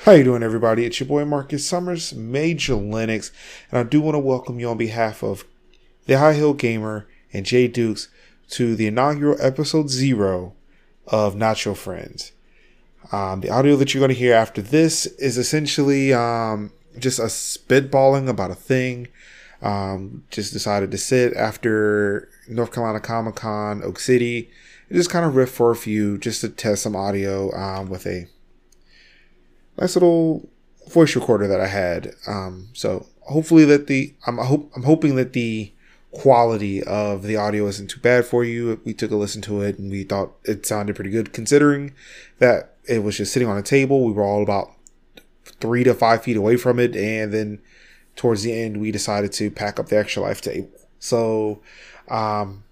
How you doing, everybody? It's your boy Marcus Summers, Major Linux, and I do want to welcome you on behalf of the High Hill Gamer and Jay Dukes to the inaugural episode zero of Not Your Friends. Um, the audio that you're going to hear after this is essentially um, just us spitballing about a thing. Um, just decided to sit after North Carolina Comic Con, Oak City, and just kind of riff for a few, just to test some audio um, with a nice little voice recorder that I had. Um, so hopefully that the I'm I hope I'm hoping that the quality of the audio isn't too bad for you. We took a listen to it and we thought it sounded pretty good considering that it was just sitting on a table. We were all about three to five feet away from it, and then towards the end we decided to pack up the extra life table. So um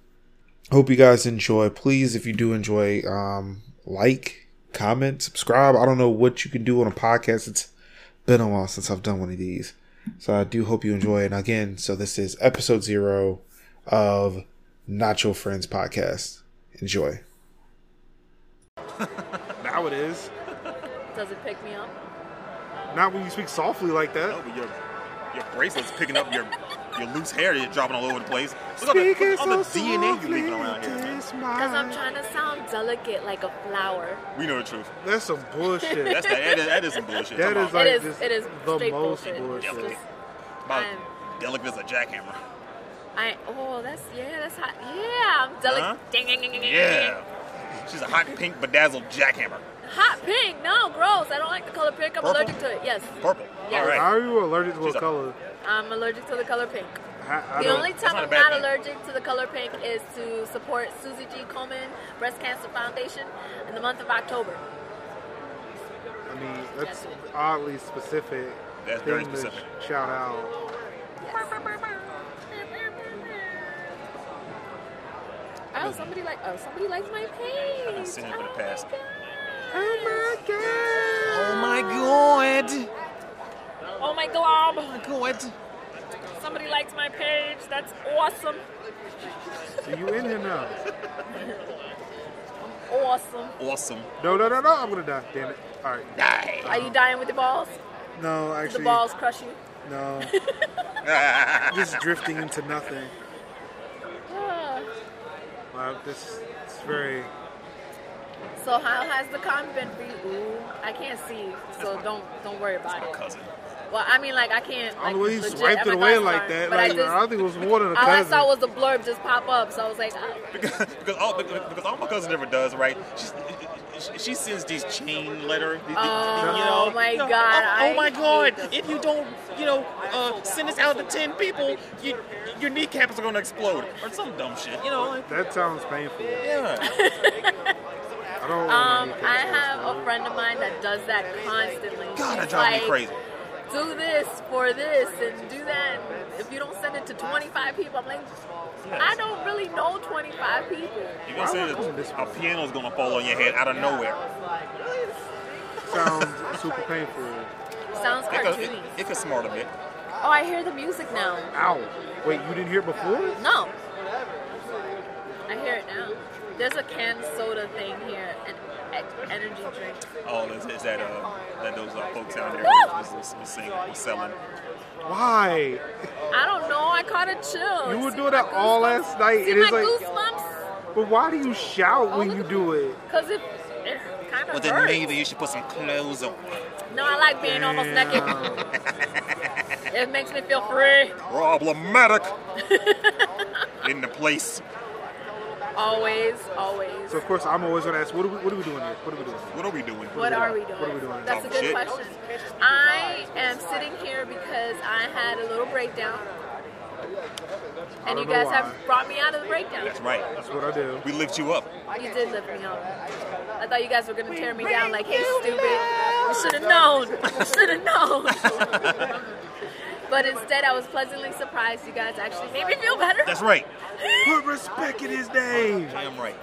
hope you guys enjoy. Please if you do enjoy um like comment, subscribe. I don't know what you can do on a podcast. It's been a while since I've done one of these. So I do hope you enjoy. it. And again, so this is episode zero of Not Your Friends podcast. Enjoy. now it is. Does it pick me up? Not when you speak softly like No, that. Oh, but your your bracelet's picking up your your loose hair you're dropping all over the place. Look at Speak the, it all the so DNA you're softly leaving around here. into Man. this Because I'm mind. trying to sound delicate like a flower. We know the truth. That's some bullshit. That's the, that, is, that is some bullshit. That Talking is about like it is. just it is the straight most bullshit. bullshit. It's just- about I'm- delicate as a jackhammer. I oh that's yeah that's hot yeah I'm delicate. Huh? Ding, ding, ding, ding, ding, Yeah, she's a hot pink bedazzled jackhammer. ding. Hot pink? No, gross. I don't like the color pink. I'm Purple? allergic to it. Yes, Purple. Yeah. All How right. are you allergic to a She's a- color? I'm allergic to the color pink. I, I the don't. only that's time not a I'm bad not thing. allergic to the color pink is to support Susie G. Komen Breast Cancer Foundation in the month of October. I mean, that's oddly specific. That's very thing to specific. Shout out. Oh, somebody like oh somebody likes my page. I've been seeing it for the Oh past- my Oh my god. Oh my god! God. Oh my glob. My god! Somebody likes my page. That's awesome. So you in here now? Awesome. Awesome. No, no, no, no. I'm gonna die. Damn it. All right. Die. Are you dying with the balls? No, Did actually, the balls crush you? no. Ah, Just drifting into nothing. Ah. Wow, this it's very. So how has the con been for you? Ooh, I can't see, so don't don't worry about it. cousin. Well, I mean, like I can't. I don't Like, know why you legit, swiped I'm it a away glass like bar, that. But Like, I just, I think it was more than a all I cousin. saw was the blurb just pop up, so I was like, oh, Because, because all because, because all my cousin ever does, right? She's, she, she sends these chain letter. the- the- Oh you know, my You know, God, Oh, I oh my hate god! this. If you don't, you know, uh, send us out to ten people, you, your kneecaps are gonna explode. or some dumb shit. You know, like, that sounds painful. Yeah. I don't. um, want to I have a friend of mine that does that constantly. God, that She's drives like, me crazy. do this for this and do that. And if you don't send it to 25 people, I'm like, I don't really know 25 people. You're gonna say that a piano's gonna fall on your head out of nowhere. sounds super painful. Sounds It could, it, cartoony. it could smart a bit. Oh, I hear the music now. Ow! Wait, you didn't hear it before? No. I hear it now. There's a canned soda thing here, an e- energy drink. Oh, is, is that uh, that those uh, folks out there Woo! was, was, was singing, was selling? Why? I don't know. I caught a chill. You were See doing my that all goosebumps? last night. See It is my like, goosebumps? Oh, but why do you shout when you do it? Cause it, it kind of Well, hurts. then maybe you should put some clothes on. No, I like being almost naked. Damn. It makes me feel free. Problematic. In the place. Always, always. So of course I'm always gonna ask, what are we, what are we doing here? What are we doing? What are we doing? What are we doing? What are we doing? That's a good Shit. question. I am sitting here because I had a little breakdown. And don't know you guys why. have brought me out of the breakdown. That's right. That's what I do. We lift you up. You did lift me up. I thought you guys were gonna tear me down like, hey, stupid. You should have known. Should have known. but instead, I was pleasantly surprised. You guys actually made me feel better. That's right. Put respect in his name. Damn right.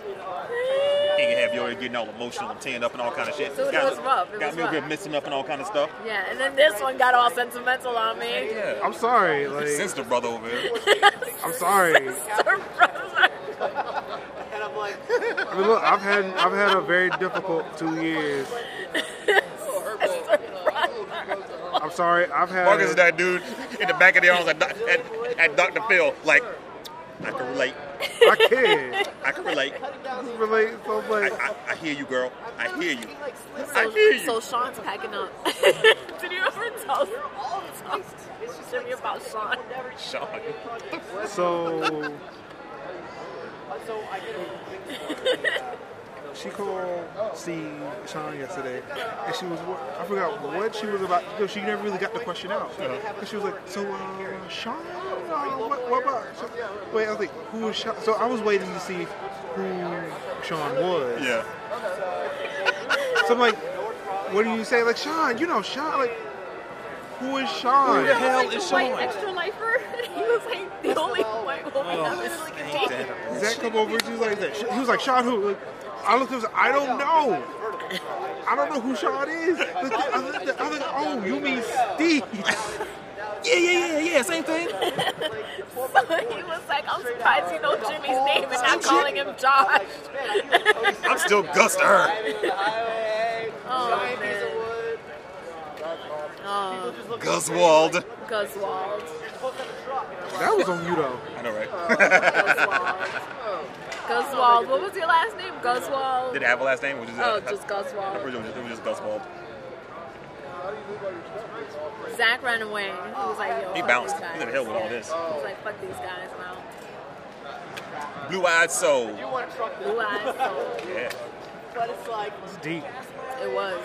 Can't have you getting all emotional and tearing up and all kind of shit. Dude, it Got- was rough. It got was me a rough. good missing up and all kind of stuff. Yeah, and then this one got all sentimental on me. Yeah. I'm sorry. Like Sister brother over here. I'm sorry. Surprise. I mean, look, I've had I've had a very difficult two years. Surprise. I'm sorry. I've had. Marcus is that dude in the back of the arms at, doc- at, at Dr. Phil, like, I can relate. I can't I can relate. relate so I, much. I, I hear you, girl. I hear you. I So, hear you. so Sean's packing up. Did you ever tell tell- tell me about Sean? Sean. So. She called see Sean yesterday, and she was wor- I forgot what she was about. No, she never really got the question out. And she was like, "So, uh, Sean, uh, what, what about?" So, wait, I was like, "Who is Sean?" So I was waiting to see who Sean was. Yeah. So I'm like, "What do you say?" Like, "Sean, you know Sean." Like, who is Sean? He was like the white extra lifer. He was like the only white woman that Oh, was like a date. Zach come over and she was like, that. he was like, Sean who? Like, I looked at him, I don't know. I don't know who Sean is. Like, the- I was like, I was like, oh, you mean Steve? Yeah, yeah, yeah, yeah. Same thing. So he was like, I'm surprised you know Jimmy's name and not calling him Josh. I'm still Er. Guster. Oh, man. Guswald. Guswald. That was on you though. I know, right? Oh. Guswald. What was your last name? Guswald. Did it have a last name? Which is Oh, just It Guswald. was just, it was just Guswald. Zach ran away. He was like, yo. He fuck bounced. these He guys. said, hell with all this. He was like, fuck these guys, man. Blue eyed soul. Blue eyes. so- Yeah. It's deep. It was.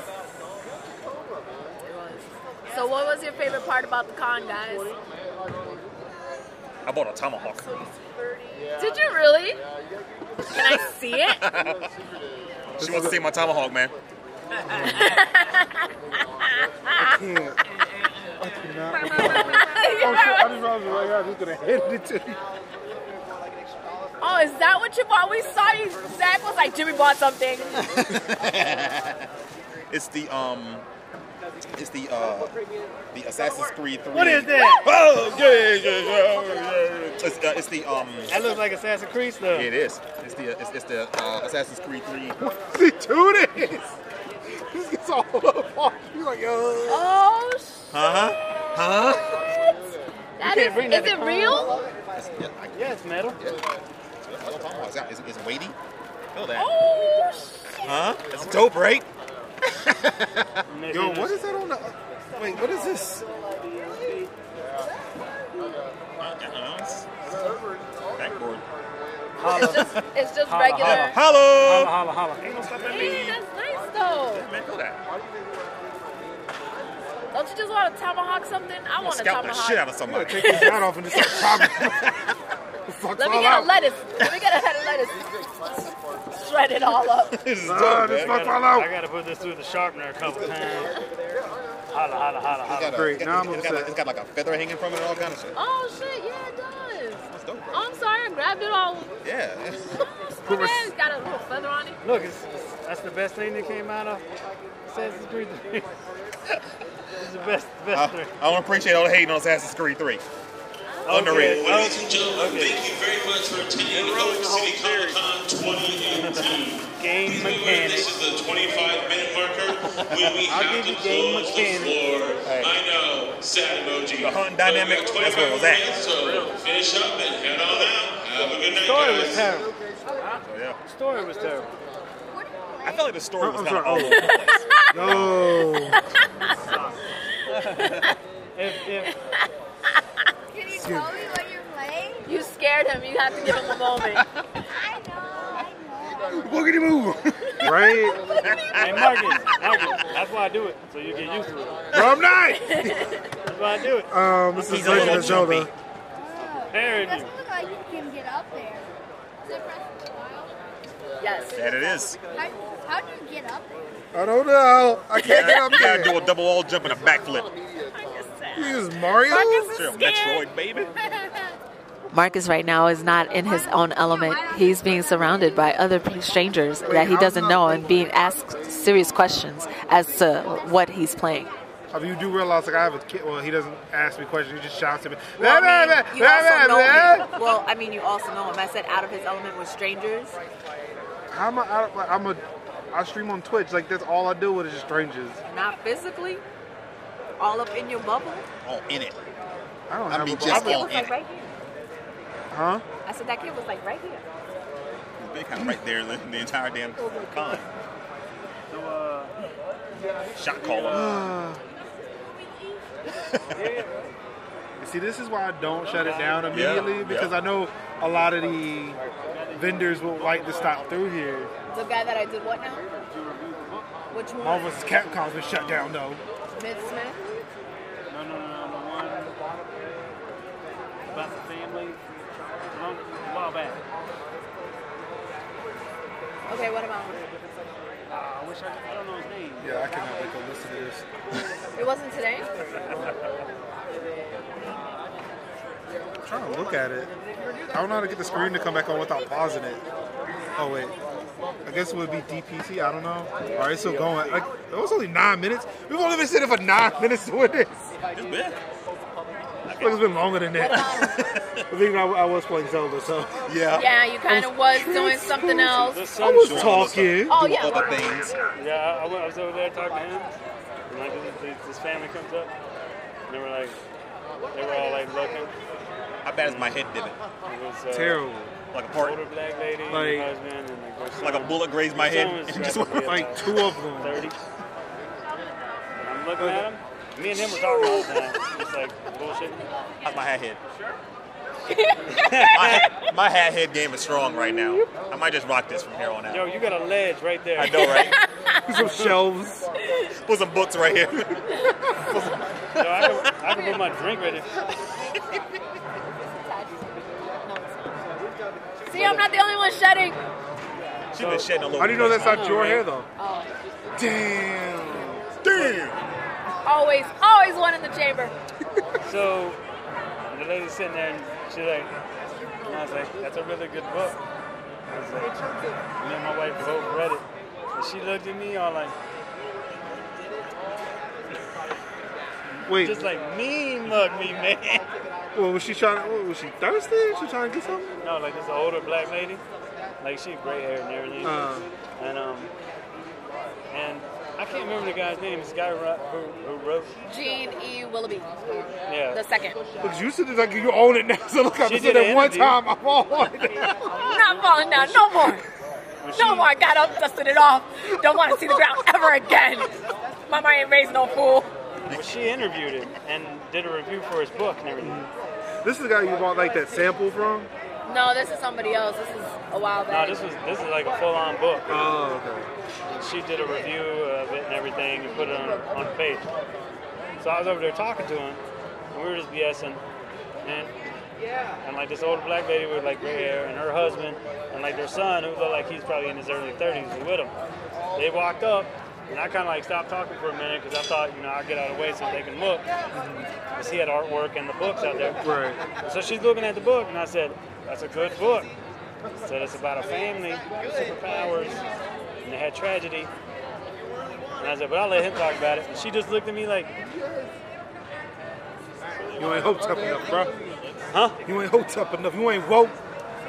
It was. So, what was your favorite part about the con, guys? I bought a tomahawk. Did you really? Can I see it? She wants to see my tomahawk, man. I can't. I cannot. oh shit! I just realized right now, I'm just gonna hand it to you. Oh, is that what you bought? We saw you. Zach was like, Jimmy bought something. It's the um, it's the uh, the Assassin's Creed Three. What is that? Oh, yeah, yeah, yeah, yeah. It's, uh, it's the um. That looks like Assassin's Creed stuff. It is. It's the it's, it's the uh, Assassin's Creed Three. See, two days. This gets all up on you. Like, yo. Oh, sh- Huh? Huh? that You can't is. bring that Is to it con. real? It's, yeah, I, Yeah, it's metal. yeah, it's, it's, it's weighty. Feel that? Oh, shit. Huh? It's dope, right? Yo, what is that on the? Wait, what is this? Uh-uh. It's- Backboard. It's just, it's just Holla, regular. Uh, Holla, Hello. holla, holla. Ain't no stop at me. Hey, that's nice though. Uh-huh. Man, feel that. Don't you just want a tomahawk something? I I'm want a scout the shit out tomahawk. of somebody. Take this hat off and just start chopping. Fuck Let me all get out. a lettuce. Let me get a head of lettuce. Shred it all up. this is Ah, dope, this man. fuck all I out. gotta put this through the sharpener a couple times. Holla, holla, holla, holla. It's got a- Great. It's Now got, I'm it's got like, upset. it's got like a feather hanging from it and all kind of shit. Oh shit, yeah, it does. It's dope, right? Oh, I'm sorry, I grabbed it all. Yeah. My man's got a little feather on it. Look, it's, it's, that's the best thing that came out of Assassin's Creed 3. it's the best, the I, best thing. I don't appreciate all the hating on Assassin's Creed 3. Oh, Underrated. Ladies and gentlemen, thank you very much for attending Oklahoma City Comic Con 2018. Game Please remember, mechanic. This is the 25 minute marker when we I'll have give to you game close mechanic. the floor. I know, sad emoji. The Hunt But we dynamic, got that's where it was 25 at. minutes, So finish up and head on out. Have a good night, Story was guys. terrible. yeah. Story was terrible. I felt like the story was I'm kind of sorry. all over the place. Yo. If, if, Can you tell me what you're playing? You scared him. You have to give him a moment. I know, I know. Boogity move. Right? hey, Marcus, Marcus, that's why I do it, so you get used to it. Rum night. That's why I do it. Um, this is He's a little Legend of Zelda. jumpy. Daring you. Doesn't look like you can get up there. Is it pressing wild? Yes. And it is. How, how do you get up there? I don't know. I can't get up You gotta there. do a double wall jump and a backflip. This is Mario. Sure, Metroid, baby. Marcus right now is not in his own element. He's being surrounded by other p- strangers that he doesn't know and being asked serious questions as to what he's playing. I mean, you do realize, like, I have a kid. Well, he doesn't ask me questions. He just shouts at me. Well, "Nah, I nah, mean, nah, you nah, also nah, know nah." him. Well, I mean, you also know him. I said out of his element with strangers. How am I? I like, I'm a. I stream on Twitch. Like that's all I do with is just strangers. Not physically. all up in your bubble? all in it. I don't I have mean, a just- That That's just, kid all was in like it. right here. huh? I said that kid was like right here. They kind of right there the, the entire damn con. Shot caller. See, this is why I don't shut it down Yeah, immediately yeah. because I know a lot of the vendors would like to stop through here. The guy that I did what now? Which one? Marvel's Capcom's been shut down though. Mid Smith. No, no, no, no, the one about the family. Long, a while back. Okay, what about? Ah, I wish I, could- I don't know his name. Yeah, I cannot wait to listen to this. It wasn't today. I'm trying to look at it. I don't know how to get the screen to come back on without pausing it. Oh wait. I guess it would be DPC. I don't know. All right, still going. Like, it was only nine minutes. We've only been sitting for nine minutes doing this. It's big. Like it's been longer than that. I think I, I was playing Zelda, so. Yeah. Yeah, you kind of was doing something else. I was talking. Oh Do yeah. Other things. Yeah, I, I was over there talking to him, and like this, this- this family comes up, and they were like, they were all like looking. How bad is my head dipping? It was uh, Terrible. Like a Older part, black lady, and Like- her husband, and like, their son. like a bullet grazed my Their son head. was And just probably went Like about two of them. Thirty. And I'm looking at him. Me and him were talking all the time. It's like bullshit. How's my hat head? my, hat, my hat head game is strong right now. I might just rock this from here on Yo, out. you got a ledge right there. I know, right? Some shelves. Put some books right here. Yo, I, can, I can put my drink right there. See, I'm not the only one shutting. She's been shedding a little. How do you know bit. that's not your hair though? Oh, Damn. Damn. Always, always one in the chamber. So the lady's sitting there, and she's like, and I was like, that's a really good book. I was like, me and my wife both read it. And she looked at me all like, Wait. just like mean mug me, man. Well, was she trying? What, was she thirsty? Was she trying to get something? No, like this older black lady. Like she had gray hair and everything. Uh. And um and I can't remember the guy's name, this guy who, who wrote Gene E. Willoughby, Yeah. the second. Look, you said it's like you own it now. So look, I She just did said that an one interview. time. I'm all on it. I'm not falling down no more. when she- No more. Got up, dusted it off. Don't want to see the ground ever again. Mama ain't raised no fool. when she interviewed him and did a review for his book and everything. This is the guy you bought like that sample from. No, this is somebody else. This is a while No, back. this was this is like a full on book. Oh, okay. She did a review of it and everything and put it on on a page. So I was over there talking to him and we were just BSing and and like this older black lady with like gray hair and her husband and like their son who looked like he's probably in his early 30s was with them. They walked up and I kind of like stopped talking for a minute because I thought you know I'd get out of the way so they can look. Cause he had artwork and the books out there. Right. So she's looking at the book, and I said, "That's a good book." I said it's about a family, superpowers, and they had tragedy. And I said, "But I'll let him talk about it." And she just looked at me like, You ain't hoped up enough, bro. "Huh?" You ain't hoped up enough. You ain't woke.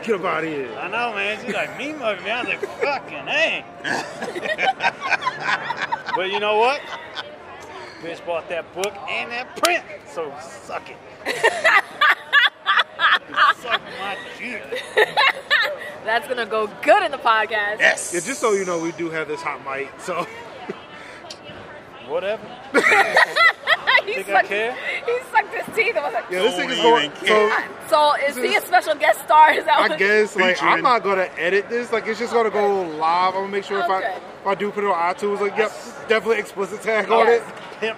Get up out of here. I know, man. She's like, "Me mugging me." I was like, "Fucking hey." but you know what? Bitch bought that book and that print, so suck it. suck my dick. That's gonna go good in the podcast. Yes. Yeah, just so you know, we do have this hot mic. So Whatever. he, Think I sucked, care? he sucked his teeth. I was like, yeah, this Don't thing is even going. So care. so is he a special guest star? Is that I what- guess like I'm Featuring- not gonna edit this. Like it's just gonna go live. I'm gonna make sure if I Okay. if I do put it on iTunes, like yep, definitely explicit tag on Yes. it. Pimp.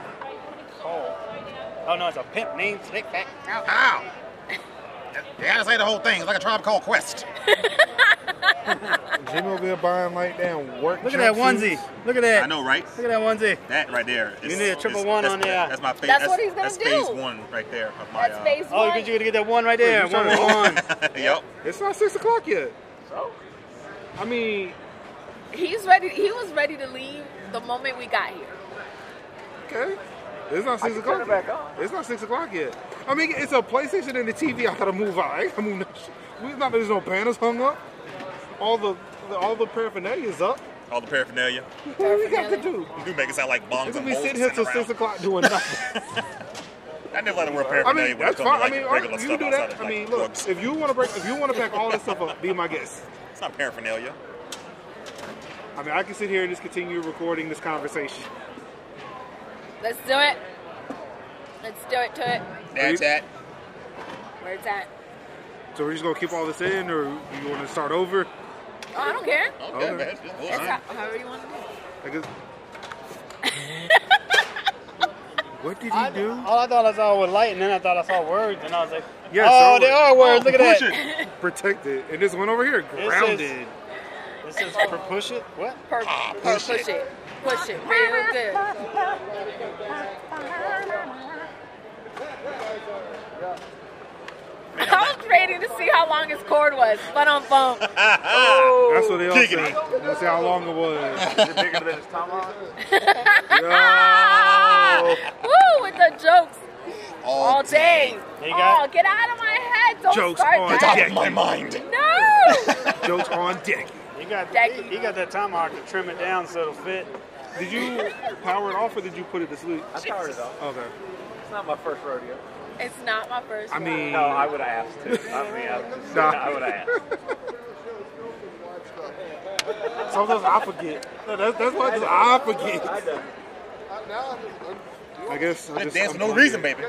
Oh. Oh no, it's a pimp named Slickback. How? They gotta say the whole thing. It's like a tribe called Quest. Jimmy over there buying like damn work. Look at that jumpsuits. onesie. Look at that. I know, right? Look at that onesie. That right there. is- You need a triple is- one that's on my- there. That's my face. That's what he's gonna that's Phase do. one right there. Of my, That's uh, phase Oh, one. because you gotta get that one right there. Wait, you One trying to- one. yep. It's not six o'clock yet. I mean, He's ready. He was ready to leave the moment we got here. Okay. It's not six o'clock. yet. It's not six o'clock yet. I mean, it's a PlayStation and a TV. I gotta move out. I gotta move. no shit. We not there's no banners hung up. All the, the all the paraphernalia is up. All the paraphernalia. What do we got to do? You do make it sound like bongs We're and gonna be bolts sitting here sitting till around. six o'clock doing nothing. I never let them wear I paraphernalia mean, when it comes that's to fine. I like mean, regular I, you stuff do outside that. of I like mean, look, drugs. if you want to break, if you want to pack all this stuff up, be my guest. It's not paraphernalia. I mean, I can sit here and just continue recording this conversation. Let's do it. Let's do it to it. That's that. Where it's at. So we're just gonna keep all this in, or you want to start over? Oh, I don't care. Okay, Okay. man. Just bullshit. It's how, however you want to do it. I guess. what did he do? All I thought I saw was light, and then I thought I saw words, and I was like, Yes, oh, there they are words. Look at that. Protected. Protected. And this one over here, is- grounded. This is for push it. What? Per- Ah, per- push it. push it. Push it real good. I was waiting to see how long his cord was, but on phone. That's what they all Giggity. said. Let's see how long it was. bigger than his tomahawk. Ah. Ah. Woo, with the jokes all day. Hey, Oh, guy. get out of my head. Don't Jokes start on It's that. top of my mind. No. Jokes on deck. He got Thank he, you. he got that tomahawk to trim it down so it'll fit. Did you power it off or did you put it to sleep? I started though. Okay. It's not my first rodeo. it's not my first I one. mean, No, I would have asked too. I mean, I, was just, Nah. I would have asked. sometimes I forget. No, that's, that's why just, I forget. done. I guess I That just dance for no unplug reason, it. baby.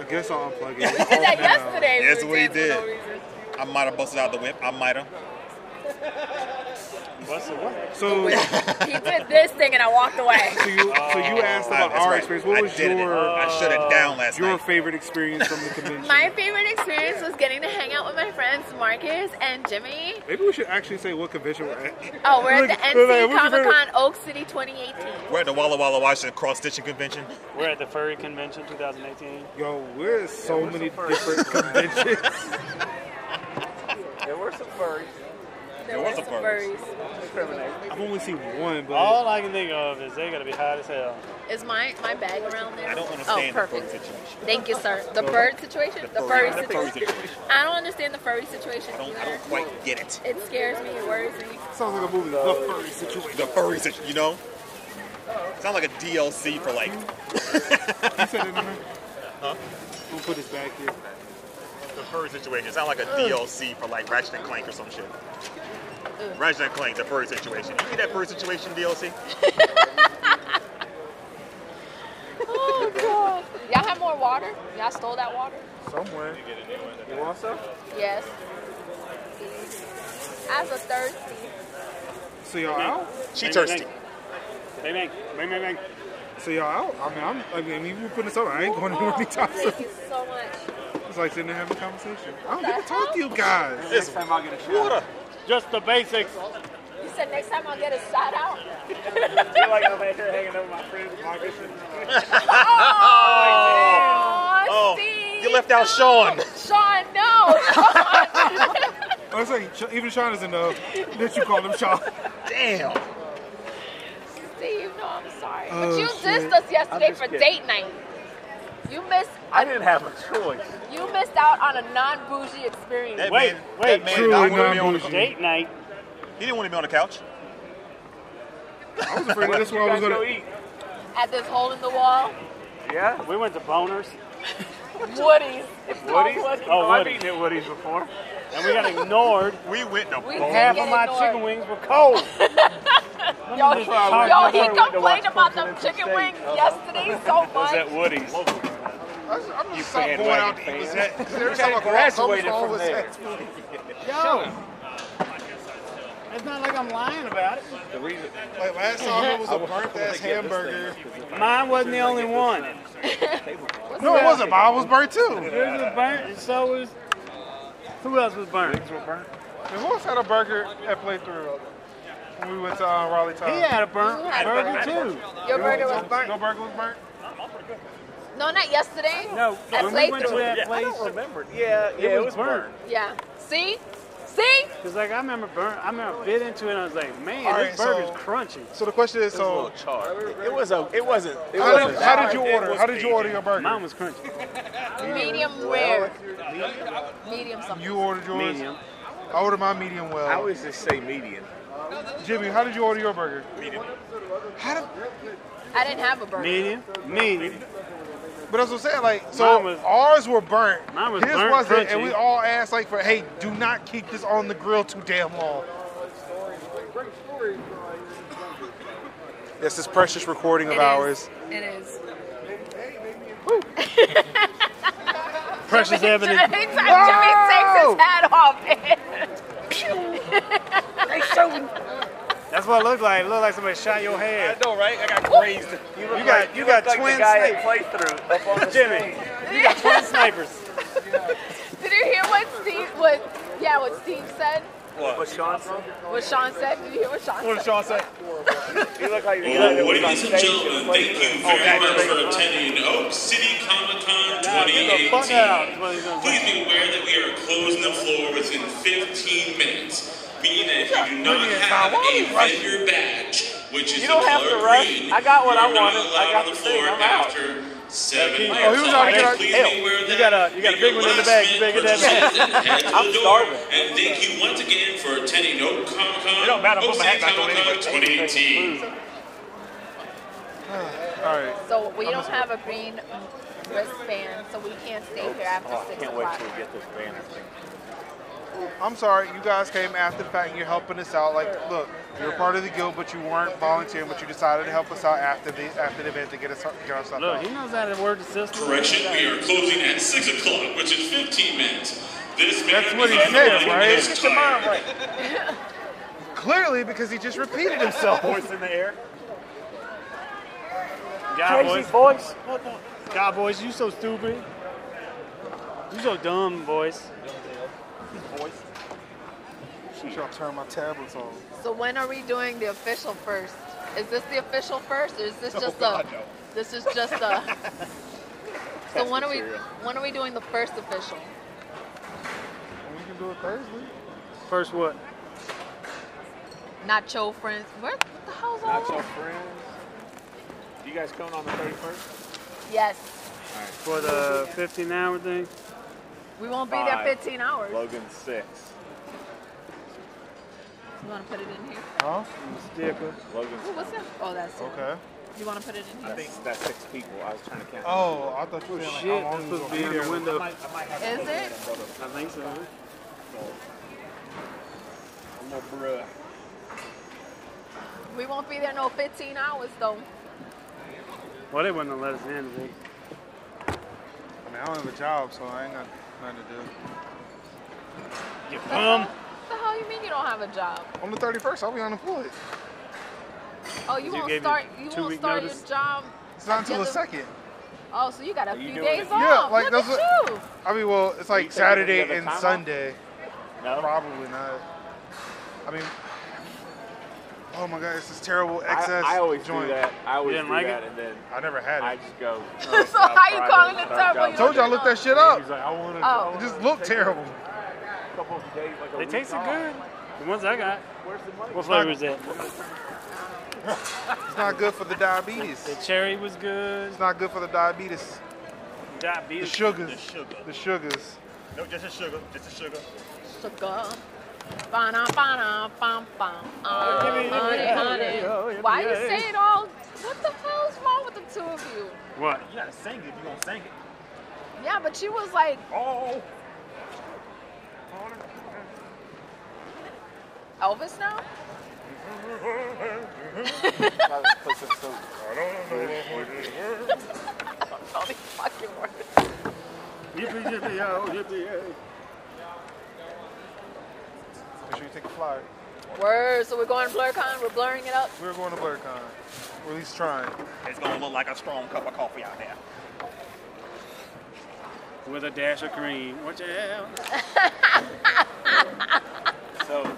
I guess I'll unplug it. we did that Oh, no. yesterday. Yes, were we dancing did. for no reason. I might have busted out the whip. I might have. What's the what? So, He did this thing and I walked away. so you so you asked Ah, about that's our right. experience. What I was did it. Oh, your I shut it down last your night. favorite experience from the convention? My favorite experience was getting to hang out with my friends Marcus and Jimmy. Maybe we should actually say what convention we're at. Oh, we're at Look, the look, NC look, what's your Comic favorite- Con Oak City 2018. We're at the Walla Walla Washington cross stitching convention. We're at the furry convention 2018. Yo, we're at so many different conventions. There were some furries. There was were a some furries. furries. Discrimination. I've only seen one, but All I can think of is they gotta be hot as hell. Is my, my bag around there? I don't understand oh, the furry perfect. situation. Thank you, sir. The bird situation? The, furry, the furry situation. situation. I don't understand the furry situation I don't, I either. don't quite get it. It scares me. It worries me. sounds like a movie. The furry situation. The furry situation, you know? Sound like a DLC for like You said it. Huh? We'll put this back here. the furry situation. Sound like a DLC for like Ratchet and Clank or some shit. Ratchet and Clank, the furry situation. You get that furry situation DLC? Oh, God. Y'all have more water? Y'all stole that water? Somewhere. You want some? Yes. I was thirsty. So y'all out? She thirsty. Bang bang bang bang bang. So y'all out? I mean, I'm. I mean, even putting this up, I ain't going anywhere anytime soon. Oh, Thank you so much. It's like sitting there having a conversation. I don't get to talk to you guys. Next time I'll get a shot. What Just the basics. You said next time I'll get a shout out. feel like I'm out here hanging out with my friends, Marcus and Oh, Oh, Steve. you left out Sean. Sean, no. I was like, Sh- even Sean is in the. That you call him Sean. Damn. Steve, no, I'm sorry. Oh, but you shit. dissed us yesterday just for kidding. date night. You missed I didn't have a choice. you missed out on a non bougie experience. That Wait, man, wait, that man truly not want to be on the, non-bougie. Date night. he didn't want to be on the couch. I was afraid that's where I was Gotta go gonna. eat. At this hole in the wall, Yeah? We went to boners Woody's. It's called Woody's? Woody's. Oh, I've Woody's. eaten at Woody's before. and we got ignored. We went to We bowling. Half Yeah, of my ignored. chicken wings were cold. Yo, he, Sorry, yo, I'm he sorry, we had to complained watch about them Portland chicken State. wings yesterday so Was much. at Woody's. I'm gonna fan stop going out to wagon eat fan. with that. 'cause Every time I go out, Graduated something's wrong from with there. that. It's not like I'm lying about it. The reason Like last time it was a burnt ass hamburger. Mine wasn't the only one. No, it wasn't. Bob was burnt too. Yours was burnt, and so was. Who else was burnt? And who else had a burger at Playthrough? When we went to uh, Raleigh Town. He had a burnt You had a burger burnt too. Your burger was burnt. No burger was burnt. no, not yesterday. No, At when we went to Playthrough. that I place, don't remember. Yeah, yeah, it was burnt. Yeah. See, see. because like I remember burnt, I remember bit into it, and I was like, man, All right, this burger's so- crunchy. So the question is, so It was a. It wasn't. It how wasn't. did, how did you bad. It order? was How did you order your burger? Mine was crunchy, Medium rare. Medium something. You ordered yours. medium. I ordered my medium I well. always just say median. Jimmy, how did you order your burger? Medium. How did, I didn't have a burger. Medium. Medium. but that's what I'm saying. Like, so Mine was- ours were burnt. Mine was His burnt, wasn't, and crunchy. we all asked like for, hey, do not keep this on the grill too damn long. Yes, this precious recording of It is. ours. It is. Precious Ebony. Jimmy takes his hat off. That's what it looked like. It looked like somebody shot your head. know, right? I got grazed. You got you got twin snipers. Jimmy, you got twin snipers. Did you hear what Steve? What? Yeah, what Steve said. What Sean said? Did you hear what Sean said? What did Sean say? Well, ladies and Oh, gentlemen, thank you very much for attending Oak City Comic Con Get the fuck 2018. out. That's what he's gonna Please be aware that we are closing the floor within 15 minutes, meaning that if you do not Brilliant. have Why a don't we rush vendor badge, which is You don't the have to color rush. green, I got what you I are not wanted. I allowed got on the the floor thing. I'm out. after seven Oh, o'clock. he was already got- Please Hell, be aware you that got a- you got a if big your one in the bag. You last-minute better get that purchase is head to the I'm door. starving. And thank you once again for attending Oak Comic Con. It don't matter. I'll put my hat back on anyway. 2018. All right. So we don't have a green wristband, so we can't stay Oh, here after six o'clock. get this banner thing. I'm sorry, you guys came after the fact and you're helping us out. Like, look, you're a part of the guild, but you weren't volunteering, but you decided to help us out after the after the event to get us get our stuff Look, out. he knows how to word the system. Correction, we are closing at 6 o'clock, which is 15 minutes. This That's banner what he behind the said, curtain right? is Get tired. Clearly, because he just repeated himself. Voice in the air. God, Crazy boys. voice. What the? God, boys, you so stupid. You so dumb, boys. Should I turn my tablets on? So when are we doing the official first? Is this the official first, or is this just Oh, God, a? no. This is just a. so when are we? material. When are we doing the first official? We can do it Thursday. First what? Nacho friends. What, what the hell's all that? friends. You guys coming on the 31st? Yes, For the 15 hour thing? we won't be there Five. 15 hours. Logan 6. You want to put it in here? Huh? Sticker. Logan Ooh, what's that? Oh, that's. it. Okay. You want to put it in I here? think that's six people. I was trying to count. Oh, I thought you were Shit, saying like, how long that's you was supposed gonna to be be in there. the window. I Is it? think so. I'm a bruh. We won't be there no 15 hours though. Well, they wouldn't have let us in. They, I mean, I don't have a job, so I ain't got nothing to do. you bum. What the hell you mean you don't have a job? On the 31st, I'll be unemployed. Oh, you You won't gave your start. You won't two-week start notice? your job. It's not until the Yeah, the- second. Oh, so you got a you few doing days it? off. Yeah, like, Look that's at you. I mean, well, it's like You taking any Saturday other and time off? Sunday. No. Probably not. I mean, oh my God, this is terrible I, excess I always joint. do that. I always didn't do like that, it? and then I never had I it. just go. So how you calling it terrible? I told you I looked that shit up. He's like, I want to. Oh. It just looked terrible. A couple of days, like a They week tasted off. good. The ones I got. Where's the money? What flavor is that? It's not good for the diabetes. The It's cherry was good. not good for the diabetes. The Diabetes. The sugars. sugar. The sugars. No, just the sugar. Just the sugar. Sugar. Ba-na, ba-na, bum, bum. Uh, Yippee, yippee, honey, yeah, honey. yeah, yeah, yeah, Why you yeah. say it all? What the hell's wrong with the two of you? What? You gotta sing it if you gonna sing it. Yeah, but she was like, Oh. Elvis now? All these fucking words. Yippee, yippee, yo, yippee, yay. Make sure you take a flyer. Words. So we're going BlurCon. We're blurring it up. We're going to BlurCon. Or at least trying. It's gonna look like a strong cup of coffee out there. With a dash of cream. What the hell? So. so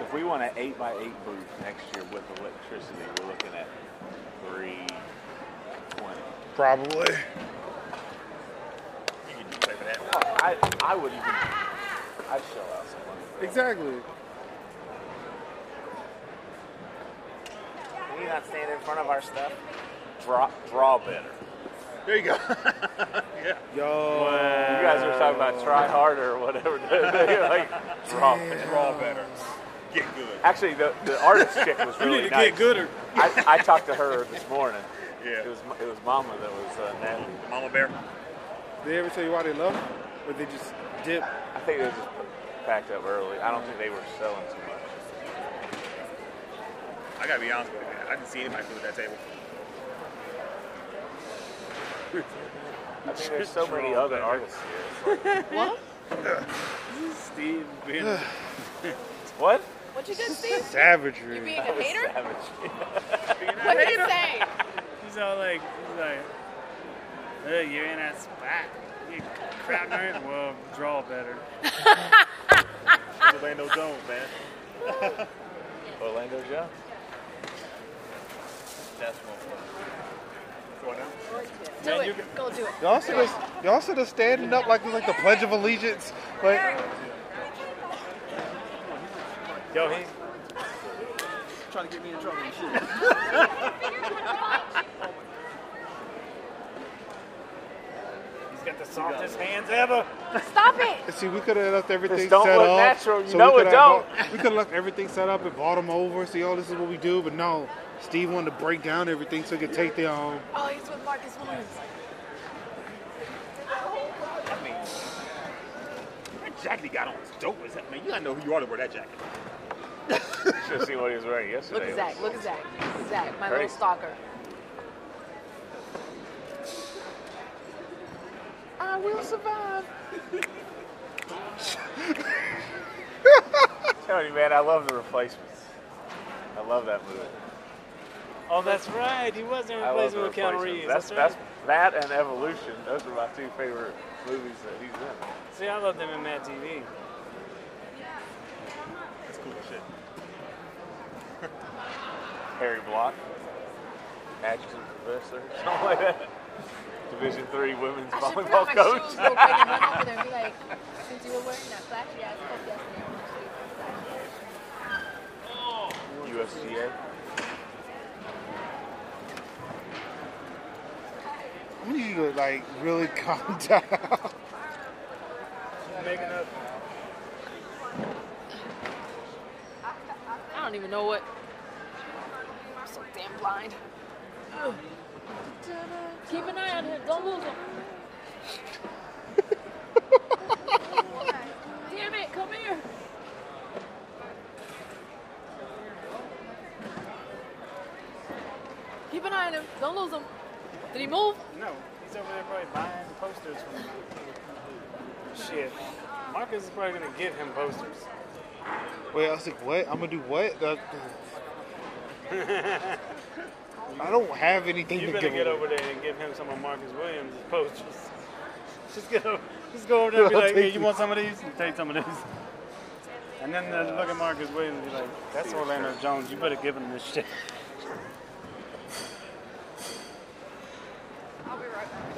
If we want an 8 by 8 booth next year with electricity, we're looking at 320. Probably. You can do play for that. I, I would even, I'd shell out some money. for that. Exactly. Can we not stand in front of our stuff? Draw, draw better. There you go. yeah. Yo. You guys were talking about try harder or whatever. like raw, raw better. Get good. Actually, the, the artist chick was You really need to nice. get gooder. I, I talked to her this morning. Yeah. It was it was Mama that was uh, nasty. Mama Bear. Did they ever tell you why they left? Or they just dip? I think they just packed up early. I don't think they were selling too much. I gotta be honest with you, man. I didn't see anybody food at that table. I mean, there's so many other artists here. What? Steve Bannon. what? What you gonna see? Savagery. You being That a was hater? savage. What did it say? He's all like, he's like, Ugh, you're in that spot. You crowd nerd. Well, draw better. Orlando Jones, man. Orlando Jones. That's one. Do it. Go do it. Y'all should have, y'all should have standing up like like the Pledge of Allegiance. Like, Yo, he. Trying to get me in trouble and shit. He's got the softest hands ever. Stop it. see, we could have left everything This don't set look up. natural. You know we it coulda bought- we could have left everything set up and bought them over. See, oh, this is what we do. But no, Steve wanted to break down everything so he could take um, their own. Oh, he's with Marcus Williams. I mean, that jacket he got on is dope as hell. Man, you gotta know who you are to wear that jacket. Should have seen what he was wearing yesterday. Look at Zach. Look at Zach. Zach, my Crazy. little stalker. I will survive. Tony, man, I love the replacements. I love that movie. Oh, that's right. He wasn't I love replacing the with Keanu replacements. Reeves. That's, That's, that's, right. that and Evolution. Those are my two favorite movies that he's in. See, I love them in Mad TV. That's cool as shit. Harry Block, Adjunct Professor, something like that. Division Three women's I should put volleyball on my shoes real quick and run coach. over there and be like, since you were wearing that flashy ass coat yesterday, I'm gonna show you from the side." USGA. I need you to like really calm down. Making up. I don't even know what. I'm so damn blind. Ugh. Keep an eye on him. Don't lose him. Damn it! Come here. Keep an eye on him. Don't lose him. Did he move? No, he's over there probably buying posters from. Shit, Marcus is probably gonna give him posters. Wait, I was like, what? I'm gonna do what? That- I don't have anything You to better give. get away. over there and give him some of Marcus Williams' posters. Just get over, just go over there and be I'll like, hey, take you it." want some of these? Take some of these. And then they'll look at Marcus Williams and be like, that's Orlando Jones. You better give him this shit. I'll be right back.